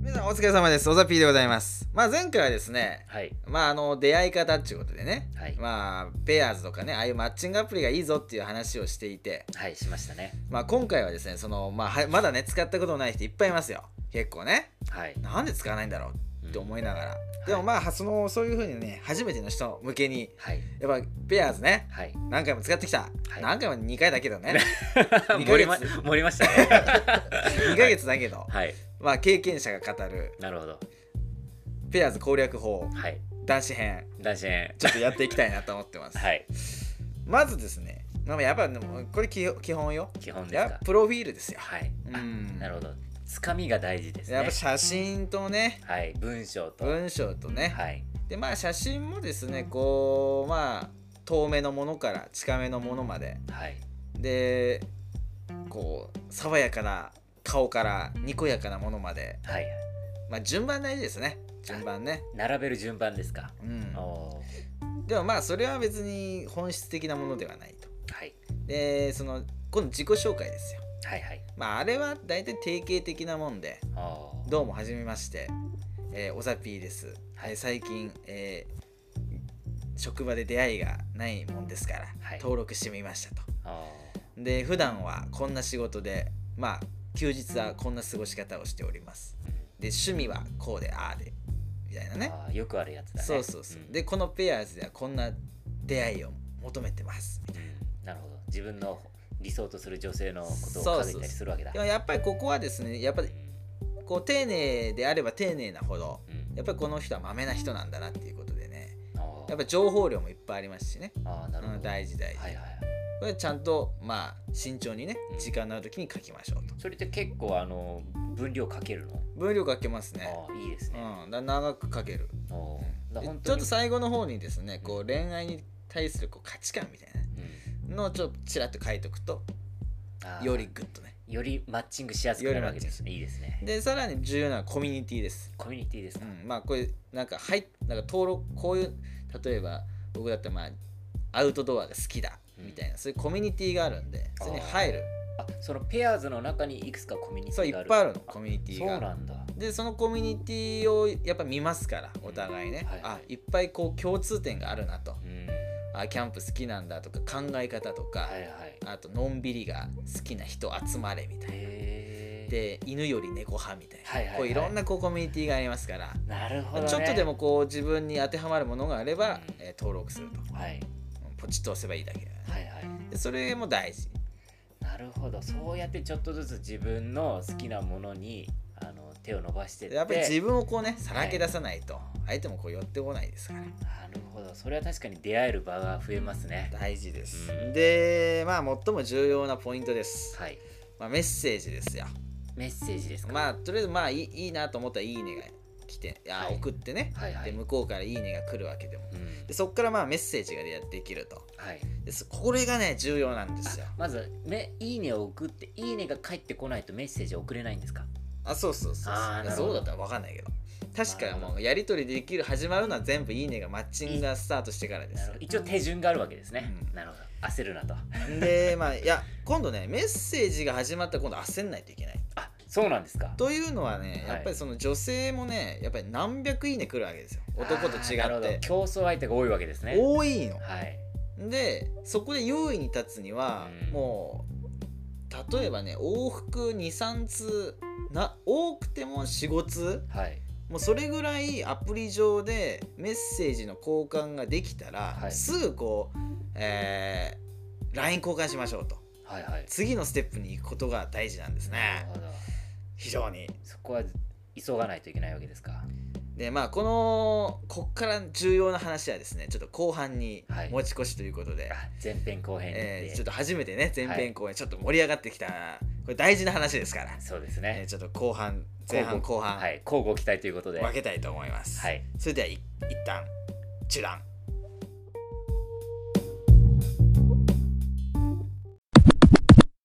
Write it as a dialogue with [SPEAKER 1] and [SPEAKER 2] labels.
[SPEAKER 1] 皆さんお疲れ様です。小ザピーでございます。まあ前回はですね、
[SPEAKER 2] はい。
[SPEAKER 1] まああの出会い方っていうことでね、
[SPEAKER 2] はい
[SPEAKER 1] まあペアーズとかね、ああいうマッチングアプリがいいぞっていう話をしていて、
[SPEAKER 2] はい、しましたね。
[SPEAKER 1] まあ今回はですね、そのまあはまだね使ったことのない人いっぱいいますよ。結構ね、
[SPEAKER 2] はい。
[SPEAKER 1] なんで使わないんだろうって思いながら、
[SPEAKER 2] ん
[SPEAKER 1] でもまあそのそういう風にね、初めての人向けに
[SPEAKER 2] はい。
[SPEAKER 1] やっぱペアーズね、
[SPEAKER 2] はい。
[SPEAKER 1] 何回も使ってきた。
[SPEAKER 2] はい
[SPEAKER 1] 何回も2回だけど ね、 二ヶ月
[SPEAKER 2] 盛りま、盛りましたね。
[SPEAKER 1] 2ヶ月だけど、
[SPEAKER 2] はい。
[SPEAKER 1] まあ経験者が語る
[SPEAKER 2] なるほど。
[SPEAKER 1] ペアーズ攻略法
[SPEAKER 2] はい。
[SPEAKER 1] 男子編。
[SPEAKER 2] 男子園。
[SPEAKER 1] ちょっとやっていきたいなと思ってます。
[SPEAKER 2] はい。
[SPEAKER 1] まずですね、まあ、やっぱでもこれ基本基本よ。
[SPEAKER 2] 基本です
[SPEAKER 1] やっ
[SPEAKER 2] か
[SPEAKER 1] ぱ。プロフィールですよ。
[SPEAKER 2] はい。あ
[SPEAKER 1] うん
[SPEAKER 2] なるほど。つかみが大事です
[SPEAKER 1] やっ
[SPEAKER 2] ね
[SPEAKER 1] ぱ。写真とね、
[SPEAKER 2] はい。文章と。
[SPEAKER 1] 文章とね。
[SPEAKER 2] はい。
[SPEAKER 1] で、まあ写真もですね、こう、まあ、遠目のものから近めのものまで。
[SPEAKER 2] はい。
[SPEAKER 1] で、こう、爽やかな顔からにこやかなものまで。
[SPEAKER 2] はい。
[SPEAKER 1] まあ順番大事ですね。順番ね。
[SPEAKER 2] 並べる順番ですか。
[SPEAKER 1] うん
[SPEAKER 2] お、おー。
[SPEAKER 1] でもまあそれは別に本質的なものではないと。
[SPEAKER 2] はい。
[SPEAKER 1] でその今度自己紹介ですよ。
[SPEAKER 2] はいはい。
[SPEAKER 1] まああれは大体定型的なもんで
[SPEAKER 2] おお
[SPEAKER 1] 「
[SPEAKER 2] ー。
[SPEAKER 1] どうもはじめまして、えー、おざぴーです、はい、最近、えー職場で出会いがないもんですから、
[SPEAKER 2] はい
[SPEAKER 1] 登録してみました」と。
[SPEAKER 2] おお。
[SPEAKER 1] で普段はこんな仕事でまあ休日はこんな過ごし方をしております。で趣味はこうでああでみたいなね。
[SPEAKER 2] あーよくあるやつだね。
[SPEAKER 1] そうそうそう。
[SPEAKER 2] ん
[SPEAKER 1] でこのペアーズではこんな出会いを求めてます。
[SPEAKER 2] うんなるほど。自分の理想とする女性のことを
[SPEAKER 1] そうそう
[SPEAKER 2] 書いたりするわけだ。
[SPEAKER 1] でもやっぱりここはですねやっぱ
[SPEAKER 2] う
[SPEAKER 1] り
[SPEAKER 2] ん
[SPEAKER 1] こう丁寧であれば丁寧なほど
[SPEAKER 2] うん
[SPEAKER 1] やっぱりこの人はマメな人なんだなっていうことでね
[SPEAKER 2] おー
[SPEAKER 1] やっぱ情報量もいっぱいありますしね、
[SPEAKER 2] あーなるほ
[SPEAKER 1] う
[SPEAKER 2] ど。
[SPEAKER 1] ん、大事大事、
[SPEAKER 2] はいはいはい。
[SPEAKER 1] これちゃんとまあ慎重にね
[SPEAKER 2] うん
[SPEAKER 1] 時間のある時に書きましょうと
[SPEAKER 2] それって結構あの分量かけるの、
[SPEAKER 1] 分量書けますね、
[SPEAKER 2] ああいいですね、
[SPEAKER 1] うん、だ長く書ける
[SPEAKER 2] おーだ
[SPEAKER 1] で
[SPEAKER 2] 本
[SPEAKER 1] ちょ
[SPEAKER 2] 当
[SPEAKER 1] っ
[SPEAKER 2] に
[SPEAKER 1] と最後の方にですねこう恋愛に対するこう価値観みたいなのをちょっとちらっと書いとくと
[SPEAKER 2] うんあー
[SPEAKER 1] よりグッとね
[SPEAKER 2] よりマッチングしやすくなるわけですねいいですね
[SPEAKER 1] でさらに重要なのはコミュニティです
[SPEAKER 2] コミュニティです
[SPEAKER 1] う
[SPEAKER 2] か、
[SPEAKER 1] ん、まあこれなんか入っなんか登録こういう例えば僕だったらまあアウトドアが好きだ
[SPEAKER 2] うん
[SPEAKER 1] みたいな、そういうコミュニティがあるんでそれに入る
[SPEAKER 2] あそのペアーズの中にいくつかコミュニテ
[SPEAKER 1] そうい
[SPEAKER 2] ィがあ
[SPEAKER 1] っ
[SPEAKER 2] る
[SPEAKER 1] ぱいあるのコミュニティ
[SPEAKER 2] そう
[SPEAKER 1] が
[SPEAKER 2] なんだ
[SPEAKER 1] でそのコミュニティをやっぱ見ますからお互いね、
[SPEAKER 2] うんはいはい
[SPEAKER 1] あいっぱいこう共通点があるなと
[SPEAKER 2] うん
[SPEAKER 1] あキャンプ好きなんだとか考え方とか、
[SPEAKER 2] はいはい
[SPEAKER 1] あとのんびりが好きな人集まれみたいな
[SPEAKER 2] へえ
[SPEAKER 1] で犬より猫派みたいな、
[SPEAKER 2] はいはいはい
[SPEAKER 1] こういろんなこうコミュニティがありますから、
[SPEAKER 2] なるほど、ね、
[SPEAKER 1] ちょっとでもこう自分に当てはまるものがあれば、
[SPEAKER 2] うん
[SPEAKER 1] えー登録すると
[SPEAKER 2] はい
[SPEAKER 1] ポチッと押せばいいだけだ、
[SPEAKER 2] はいはい
[SPEAKER 1] でそれも大事
[SPEAKER 2] なるほどそうやってちょっとずつ自分の好きなものにあの手を伸ばしてって
[SPEAKER 1] やっぱり自分をこうねさらけ出さないと、相手もこう寄ってこないですから
[SPEAKER 2] なるほどそれは確かに出会える場が増えますね
[SPEAKER 1] 大事です、
[SPEAKER 2] うん
[SPEAKER 1] でまあ最も重要なポイントです、
[SPEAKER 2] はい
[SPEAKER 1] まあ、メッセージですよ
[SPEAKER 2] メッセージですか、
[SPEAKER 1] まあとりあえずまあいいいいなと思ったら「いいね」が来ていや、
[SPEAKER 2] はい
[SPEAKER 1] 送ってね、
[SPEAKER 2] はいはい
[SPEAKER 1] で向こうから「いいね」が来るわけでも
[SPEAKER 2] うん
[SPEAKER 1] でそこからまあメッセージがやってきると
[SPEAKER 2] はい、
[SPEAKER 1] ですこれがね重要なんですよ
[SPEAKER 2] あまず、ね「いいね」を送って「いいね」が返ってこないとメッセージ送れないんですか
[SPEAKER 1] あそうそうそう
[SPEAKER 2] あー
[SPEAKER 1] いや
[SPEAKER 2] なるほ
[SPEAKER 1] そ
[SPEAKER 2] ど
[SPEAKER 1] うだったら分かんないけど確
[SPEAKER 2] な
[SPEAKER 1] か
[SPEAKER 2] るほど
[SPEAKER 1] もうやり取りできる始まるのは全部「いいね」がマッチングがスタートしてからで
[SPEAKER 2] な
[SPEAKER 1] す
[SPEAKER 2] るほど一応手順があるわけですね、
[SPEAKER 1] うん
[SPEAKER 2] なるほど焦るなと
[SPEAKER 1] でまあいや今度ねメッセージが始まったら今度焦んないといけない
[SPEAKER 2] あそうなんですか
[SPEAKER 1] というのはね
[SPEAKER 2] はい
[SPEAKER 1] やっぱりその女性もねやっぱり何百いいね来るわけですよ男と違
[SPEAKER 2] あーなるほ
[SPEAKER 1] っ
[SPEAKER 2] ど
[SPEAKER 1] て
[SPEAKER 2] 競争相手が多いわけですね
[SPEAKER 1] 多いの
[SPEAKER 2] はい
[SPEAKER 1] でそこで優位に立つには
[SPEAKER 2] うん
[SPEAKER 1] もう例えばね往復23通な多くても45通
[SPEAKER 2] はい
[SPEAKER 1] もうそれぐらいアプリ上でメッセージの交換ができたら、
[SPEAKER 2] はい
[SPEAKER 1] すぐこう、えー LINE 交換しましょうと
[SPEAKER 2] はいはい
[SPEAKER 1] 次のステップに行くことが大事なんです
[SPEAKER 2] なる
[SPEAKER 1] ね
[SPEAKER 2] ほど
[SPEAKER 1] 非常に
[SPEAKER 2] そこは急がないといけないわけですか
[SPEAKER 1] でまあこのこっから重要な話はですねちょっと後半に
[SPEAKER 2] はい
[SPEAKER 1] 持ち越しということで、
[SPEAKER 2] あ前編後編で、
[SPEAKER 1] えーちょっと初めてね前編後編ちょっと盛り上がってきた、これ大事な話ですから、
[SPEAKER 2] そうです
[SPEAKER 1] えー
[SPEAKER 2] ね、
[SPEAKER 1] ちょっと後半前半後半
[SPEAKER 2] はい交互期待ということで
[SPEAKER 1] 分けたいと思います、
[SPEAKER 2] はい
[SPEAKER 1] それではい一旦中断